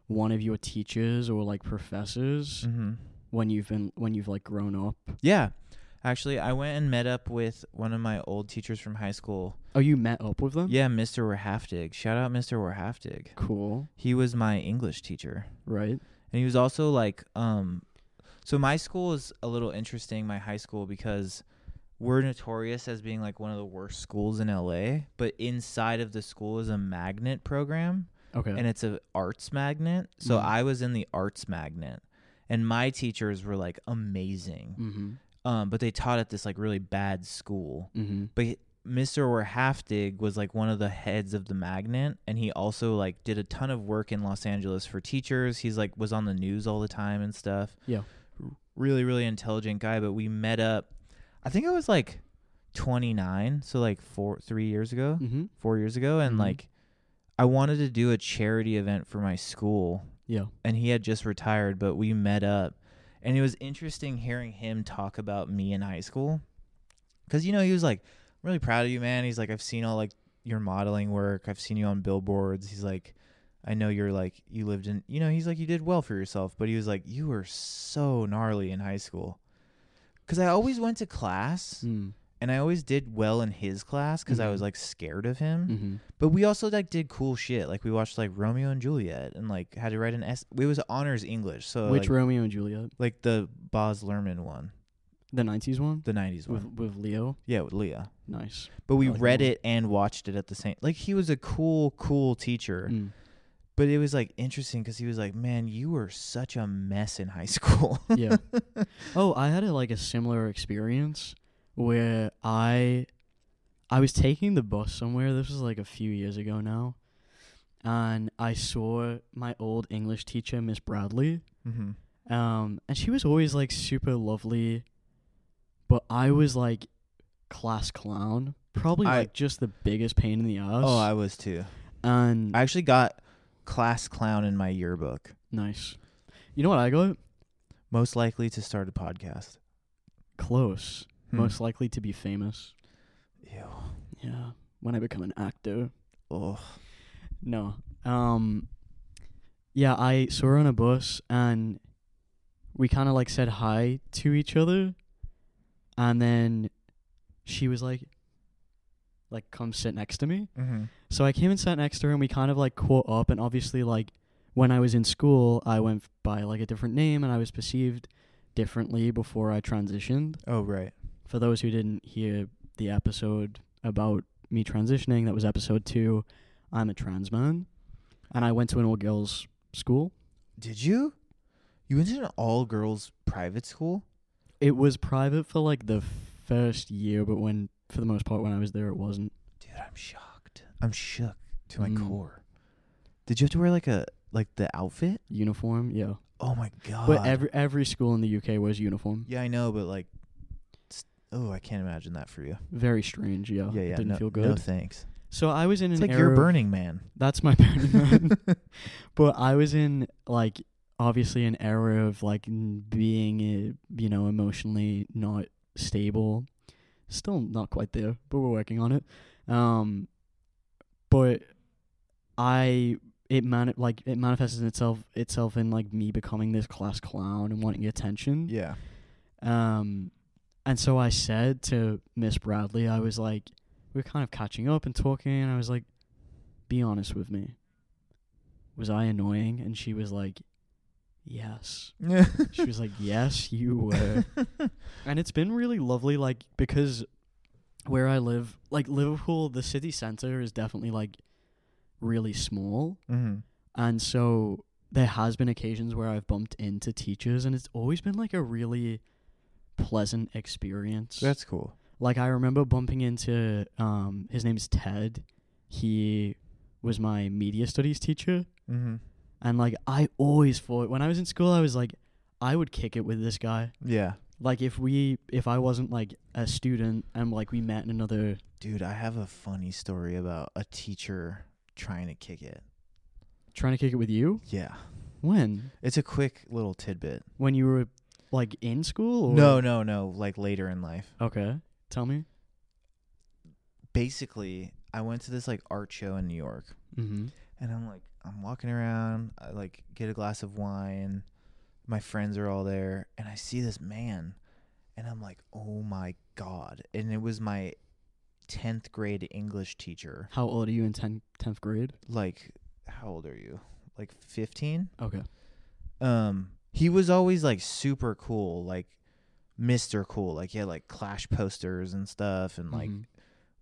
Speaker 1: one of your teachers or like professors
Speaker 2: Mm-hmm.
Speaker 1: when you've been when you've like grown up?
Speaker 2: Yeah. Actually, I went and met up with one of my old teachers from high school.
Speaker 1: Oh, you met up with them?
Speaker 2: Yeah, Mr. Werhaftig. Shout out Mr. Werhaftig.
Speaker 1: Cool.
Speaker 2: He was my English teacher.
Speaker 1: Right.
Speaker 2: And he was also like um so my school is a little interesting, my high school because we're notorious as being like one of the worst schools in LA, but inside of the school is a magnet program.
Speaker 1: Okay.
Speaker 2: and it's a arts magnet. So
Speaker 1: Mhm.
Speaker 2: I was in the arts magnet, and my teachers were like amazing.
Speaker 1: mm-hmm.
Speaker 2: Um, but they taught at this like really bad school.
Speaker 1: Mm-hmm.
Speaker 2: But Mr. Werhaftig was like one of the heads of the magnet, and he also like did a ton of work in Los Angeles for teachers. He's like was on the news all the time and stuff.
Speaker 1: Yeah.
Speaker 2: R- really really intelligent guy. But we met up. I think I was like 29, so like four three years ago
Speaker 1: Mm-hmm.
Speaker 2: four years ago, and
Speaker 1: Mhm.
Speaker 2: like I wanted to do a charity event for my school,
Speaker 1: Yeah.
Speaker 2: and he had just retired, but we met up, and it was interesting hearing him talk about me in high school, because you know he was like, "I'm really proud of you, man." He's like, "I've seen all like your modeling work. I've seen you on billboards." He's like. I know you're like you lived in you know he's like you did well for yourself but he was like you were so gnarly in high school cuz I always went to class
Speaker 1: Mm.
Speaker 2: and I always did well in his class because I
Speaker 1: Mhm.
Speaker 2: was like scared of him
Speaker 1: Mm-hmm.
Speaker 2: but we also like did cool shit. Like we watched like Romeo and Juliet and like had to write an S. It was honors English, so
Speaker 1: Which
Speaker 2: Uh, like,
Speaker 1: Romeo and Juliet?
Speaker 2: like the Boz Lerman one,
Speaker 1: The nineties one
Speaker 2: the '90s
Speaker 1: with Oh,
Speaker 2: one.
Speaker 1: with Leo.
Speaker 2: Yeah, with Leah.
Speaker 1: Nice.
Speaker 2: But we
Speaker 1: I like that
Speaker 2: read
Speaker 1: one.
Speaker 2: it and watched it at the same. Like he was a cool, cool teacher.
Speaker 1: Mm.
Speaker 2: But it was like interesting because he was like, "Man, you were such a mess in high school."
Speaker 1: yeah. Oh, I had a, like a similar experience where I I was taking the bus somewhere. This was like a few years ago now, and I saw my old English teacher, Miss Bradley.
Speaker 2: mm-hmm.
Speaker 1: Um, and she was always like super lovely, but I was like class clown, probably
Speaker 2: I-
Speaker 1: like just the biggest pain in the ass.
Speaker 2: Oh, I was too.
Speaker 1: and
Speaker 2: I actually got class clown in my yearbook.
Speaker 1: nice. You know what I got?
Speaker 2: Most likely to start a podcast.
Speaker 1: Close.
Speaker 2: Hmm.
Speaker 1: Most likely to be famous.
Speaker 2: Ew.
Speaker 1: Yeah. When I become an actor.
Speaker 2: Oh.
Speaker 1: No. Um yeah, I saw her on a bus and we kind of like said hi to each other and then she was like like come sit next to me.
Speaker 2: Mm-hmm.
Speaker 1: So I came and sat next to her and we kind of like caught up and obviously like when I was in school, I went by like a different name and I was perceived differently before I transitioned.
Speaker 2: Oh right.
Speaker 1: For those who didn't hear the episode about me transitioning, that was episode 2. I'm a trans man and I went to an all girls school.
Speaker 2: Did you? You went to an all girls private school?
Speaker 1: It was private for like the first year, but when for the most part when I was there it wasn't.
Speaker 2: Dude, I'm shocked. I'm shook to my
Speaker 1: Mm.
Speaker 2: core. Did you have to wear like a like the outfit?
Speaker 1: Uniform, yeah.
Speaker 2: Oh my god.
Speaker 1: But every every school in the UK wears uniform.
Speaker 2: Yeah, I know, but like it's- oh, I can't imagine that for you.
Speaker 1: Very strange, yeah.
Speaker 2: yeah,
Speaker 1: Oh, It
Speaker 2: yeah.
Speaker 1: didn't
Speaker 2: no,
Speaker 1: feel good.
Speaker 2: No thanks.
Speaker 1: So I was in
Speaker 2: It's
Speaker 1: an
Speaker 2: like
Speaker 1: era
Speaker 2: you're
Speaker 1: of-
Speaker 2: Burning Man.
Speaker 1: That's my Burning Man. but I was in like obviously an era of like n- being uh, you know emotionally not stable. Still not quite there, but we're working on it. Um, but I it mani- like it manifests in itself itself in like me becoming this class clown and wanting attention.
Speaker 2: Yeah.
Speaker 1: Um, and so I said to Miss Bradley, I was like, we were kind of catching up and talking, and I was like, be honest with me. Was I annoying? And she was like, yes.
Speaker 2: Yeah.
Speaker 1: She was like, yes, you were. and it's been really lovely, like, because where I live, like, Liverpool, the city centre is definitely, like, really small.
Speaker 2: mm-hmm.
Speaker 1: And so there has been occasions where I've bumped into teachers, and it's always been, like, a really pleasant experience.
Speaker 2: That's cool.
Speaker 1: like I remember bumping into um his name's Ted. He was my media studies teacher
Speaker 2: Mm-hmm.
Speaker 1: and like I always thought when I was in school I was like I would kick it with this guy.
Speaker 2: Yeah.
Speaker 1: Like if we if I wasn't like a student and like we met in another
Speaker 2: Dude, I have a funny story about a teacher trying to kick it.
Speaker 1: trying to kick it with you?
Speaker 2: Yeah.
Speaker 1: When?
Speaker 2: It's a quick little tidbit.
Speaker 1: When you were like in school or
Speaker 2: No, no, no. Like later in life.
Speaker 1: Okay. Tell me.
Speaker 2: Basically, I went to this like art show in New York.
Speaker 1: Mhm.
Speaker 2: and I'm like, I'm walking around, I like get a glass of wine. My friends are all there, and I see this man, and I'm like, oh my god! And it was my tenth grade English teacher.
Speaker 1: How old are you in 10th 10th grade?
Speaker 2: Like, how old are you? Like fifteen.
Speaker 1: Okay.
Speaker 2: Um, he was always like super cool, like Mister Cool. Like he had like Clash posters and stuff, and like
Speaker 1: Mhm.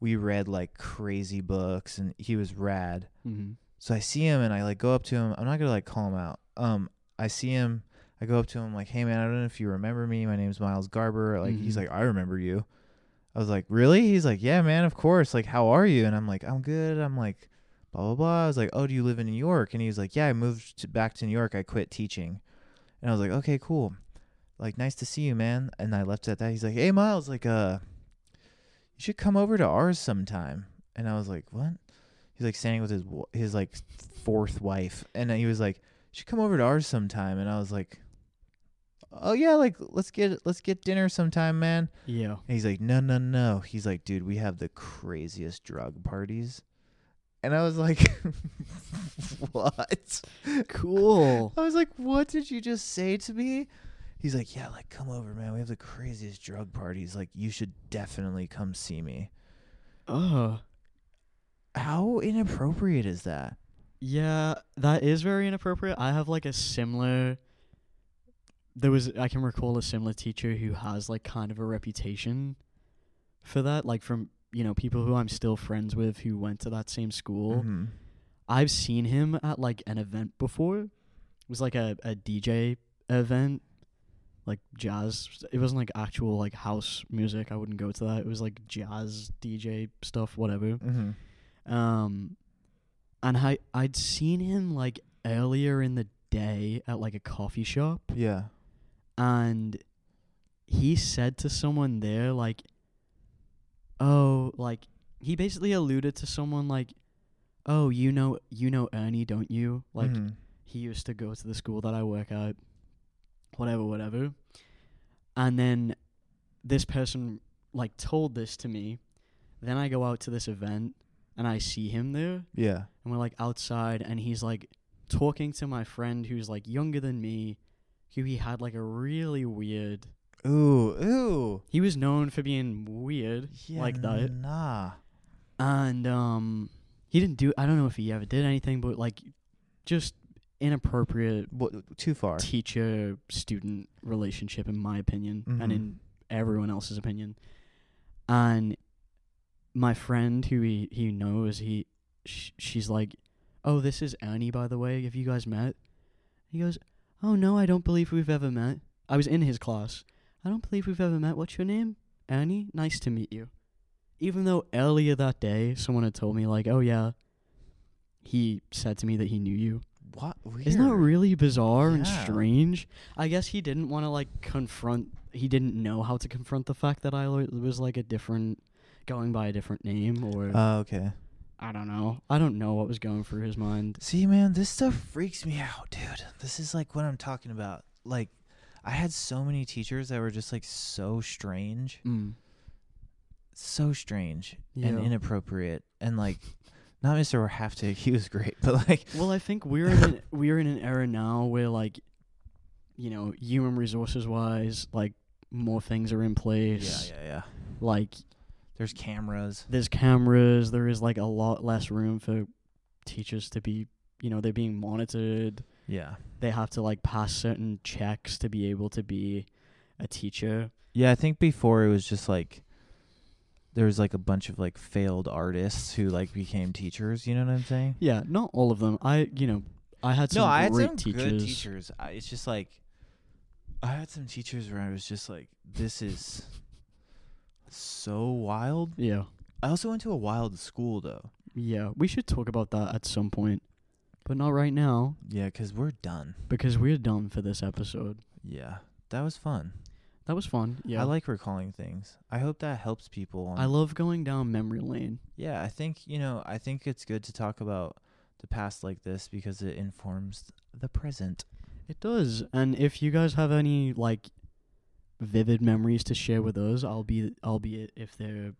Speaker 2: we read like crazy books, and he was rad.
Speaker 1: Mhm.
Speaker 2: So I see him and I like go up to him. I'm not gonna like call him out. Um, I see him. I go up to him like, "Hey man, I don't know if you remember me. My name's Miles Garber." Like he's
Speaker 1: Mhm.
Speaker 2: like, "I remember you." I was like, "Really?" He's like, "Yeah, man, of course." Like, "How are you?" And I'm like, "I'm good." I'm like, "Blah blah blah." I was like, "Oh, do you live in New York?" And he was like, "Yeah, I moved to, back to New York. I quit teaching." And I was like, "Okay, cool. Like, nice to see you, man." And I left it at that. He's like, "Hey, Miles, like, uh, you should come over to ours sometime." And I was like, "What?" he's like standing with his w- his like fourth wife, and then he was like, "Should come over to ours sometime." And I was like, "Oh yeah, like let's get let's get dinner sometime, man."
Speaker 1: Yeah.
Speaker 2: And he's like, "No, no, no." He's like, "Dude, we have the craziest drug parties," and I was like, "What?"
Speaker 1: Cool.
Speaker 2: I was like, "What did you just say to me?" He's like, "Yeah, like come over, man. We have the craziest drug parties. Like you should definitely come see me."
Speaker 1: Ugh.
Speaker 2: How inappropriate is that?
Speaker 1: Yeah, that is very inappropriate. I have like a similar. There was I can recall a similar teacher who has like kind of a reputation for that, like from you know people who I'm still friends with who went to that same school.
Speaker 2: Mhm.
Speaker 1: I've seen him at like an event before. It was like a a DJ event, like jazz. It wasn't like actual like house music. I wouldn't go to that. It was like jazz DJ stuff, whatever.
Speaker 2: Mm-hmm.
Speaker 1: Um, and I I'd seen him like earlier in the day at like a coffee shop,
Speaker 2: Yeah.
Speaker 1: and he said to someone there like, "Oh, like he basically alluded to someone like, oh, you know, you know Ernie, don't you? Like
Speaker 2: Mhm.
Speaker 1: he used to go to the school that I work at, whatever, whatever." And then this person like told this to me. Then I go out to this event and I see him there.
Speaker 2: yeah
Speaker 1: and we're like outside and he's like talking to my friend who's like younger than me who he had like a really weird
Speaker 2: ooh ooh
Speaker 1: he was known for being weird
Speaker 2: yeah,
Speaker 1: like that
Speaker 2: nah
Speaker 1: and um he didn't do i don't know if he ever did anything but like just inappropriate
Speaker 2: what, too far
Speaker 1: teacher student relationship in my opinion and
Speaker 2: Mhm.
Speaker 1: in everyone else's opinion and my friend who he, he knows he sh- she's like oh this is Annie by the way have you guys met he goes oh no I don't believe we've ever met I was in his class I don't believe we've ever met what's your name Annie nice to meet you even though earlier that day someone had told me like oh yeah he said to me that he knew you
Speaker 2: what weird.
Speaker 1: isn't that really bizarre and
Speaker 2: Yeah.
Speaker 1: strange? I guess he didn't want to like confront. He didn't know how to confront the fact that I lo- was like a different, going by a different name, or
Speaker 2: uh, okay
Speaker 1: I don't know. I don't know what was going through his mind.
Speaker 2: see man this stuff freaks me out dude this is like what i'm talking about like i had so many teachers that were just like so strange
Speaker 1: Mm.
Speaker 2: so strange
Speaker 1: Yeah.
Speaker 2: and inappropriate and like not mr or have to he was great but like
Speaker 1: Well, I think we're in an, we're in an era now where like, you know, human resources wise, like more things are in
Speaker 2: yeah
Speaker 1: place.
Speaker 2: yeah yeah
Speaker 1: Like
Speaker 2: there's cameras
Speaker 1: there's cameras. There is like a lot less room for teachers to be you know, they're being monitored.
Speaker 2: Yeah.
Speaker 1: They have to like pass certain checks to be able to be a teacher.
Speaker 2: Yeah, I think before it was just like there was like a bunch of like failed artists who like became teachers, you know what I'm saying?
Speaker 1: Yeah, not all of them. I, you know, I had some
Speaker 2: no, I had
Speaker 1: great
Speaker 2: some
Speaker 1: teachers.
Speaker 2: good teachers. I, it's just like I had some teachers where I was just like, this is so wild.
Speaker 1: Yeah.
Speaker 2: I also went to a wild school though.
Speaker 1: Yeah, we should talk about that at some point, but not right now
Speaker 2: Yeah, because we're done.
Speaker 1: because we're done for this episode.
Speaker 2: Yeah, that was fun.
Speaker 1: That was fun. Yeah.
Speaker 2: I like recalling things. I hope that helps people. on-
Speaker 1: I love going down memory lane.
Speaker 2: yeah, I think you know. I think it's good to talk about the past like this because it informs the present.
Speaker 1: It does. And if you guys have any like vivid memories to share with us, I'll be I'll be it if they're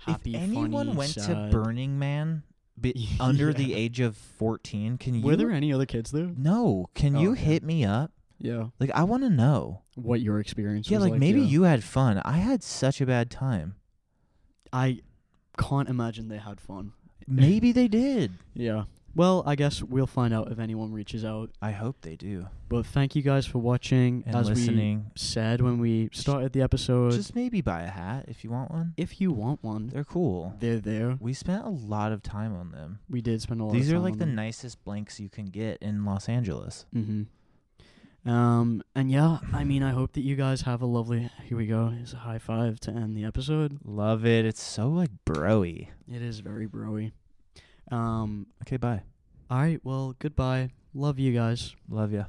Speaker 1: happy.
Speaker 2: if anyone
Speaker 1: funny,
Speaker 2: went to
Speaker 1: sad.
Speaker 2: Burning Man be, under the
Speaker 1: Yeah.
Speaker 2: age of fourteen, can you?
Speaker 1: Were there any other kids there?
Speaker 2: no, can
Speaker 1: Oh,
Speaker 2: you
Speaker 1: okay.
Speaker 2: hit me up?
Speaker 1: Yeah.
Speaker 2: Like, I want to know.
Speaker 1: What your experience
Speaker 2: yeah,
Speaker 1: was
Speaker 2: like, maybe
Speaker 1: yeah.
Speaker 2: you had fun. I had such a bad time.
Speaker 1: I can't imagine they had fun.
Speaker 2: Maybe they did.
Speaker 1: Yeah. Well, I guess we'll find out if anyone reaches out.
Speaker 2: I hope they do.
Speaker 1: But thank you guys for watching
Speaker 2: And
Speaker 1: as we
Speaker 2: listening,
Speaker 1: said when we started the episode.
Speaker 2: just maybe buy a hat if you want one.
Speaker 1: if you want one,
Speaker 2: They're cool.
Speaker 1: they're there.
Speaker 2: We spent a lot of time on them.
Speaker 1: We did spend a lot.
Speaker 2: These
Speaker 1: of
Speaker 2: are
Speaker 1: time
Speaker 2: like
Speaker 1: on
Speaker 2: the
Speaker 1: them.
Speaker 2: nicest blanks you can get in Los Angeles.
Speaker 1: Mm-hmm. Um, and yeah, I mean, I hope that you guys have a lovely. Here we go. It's a high five to end the episode.
Speaker 2: Love it. It's so like broy.
Speaker 1: It is very broy. Um.
Speaker 2: Okay, bye.
Speaker 1: All right. Well. Goodbye. Love you guys.
Speaker 2: Love ya.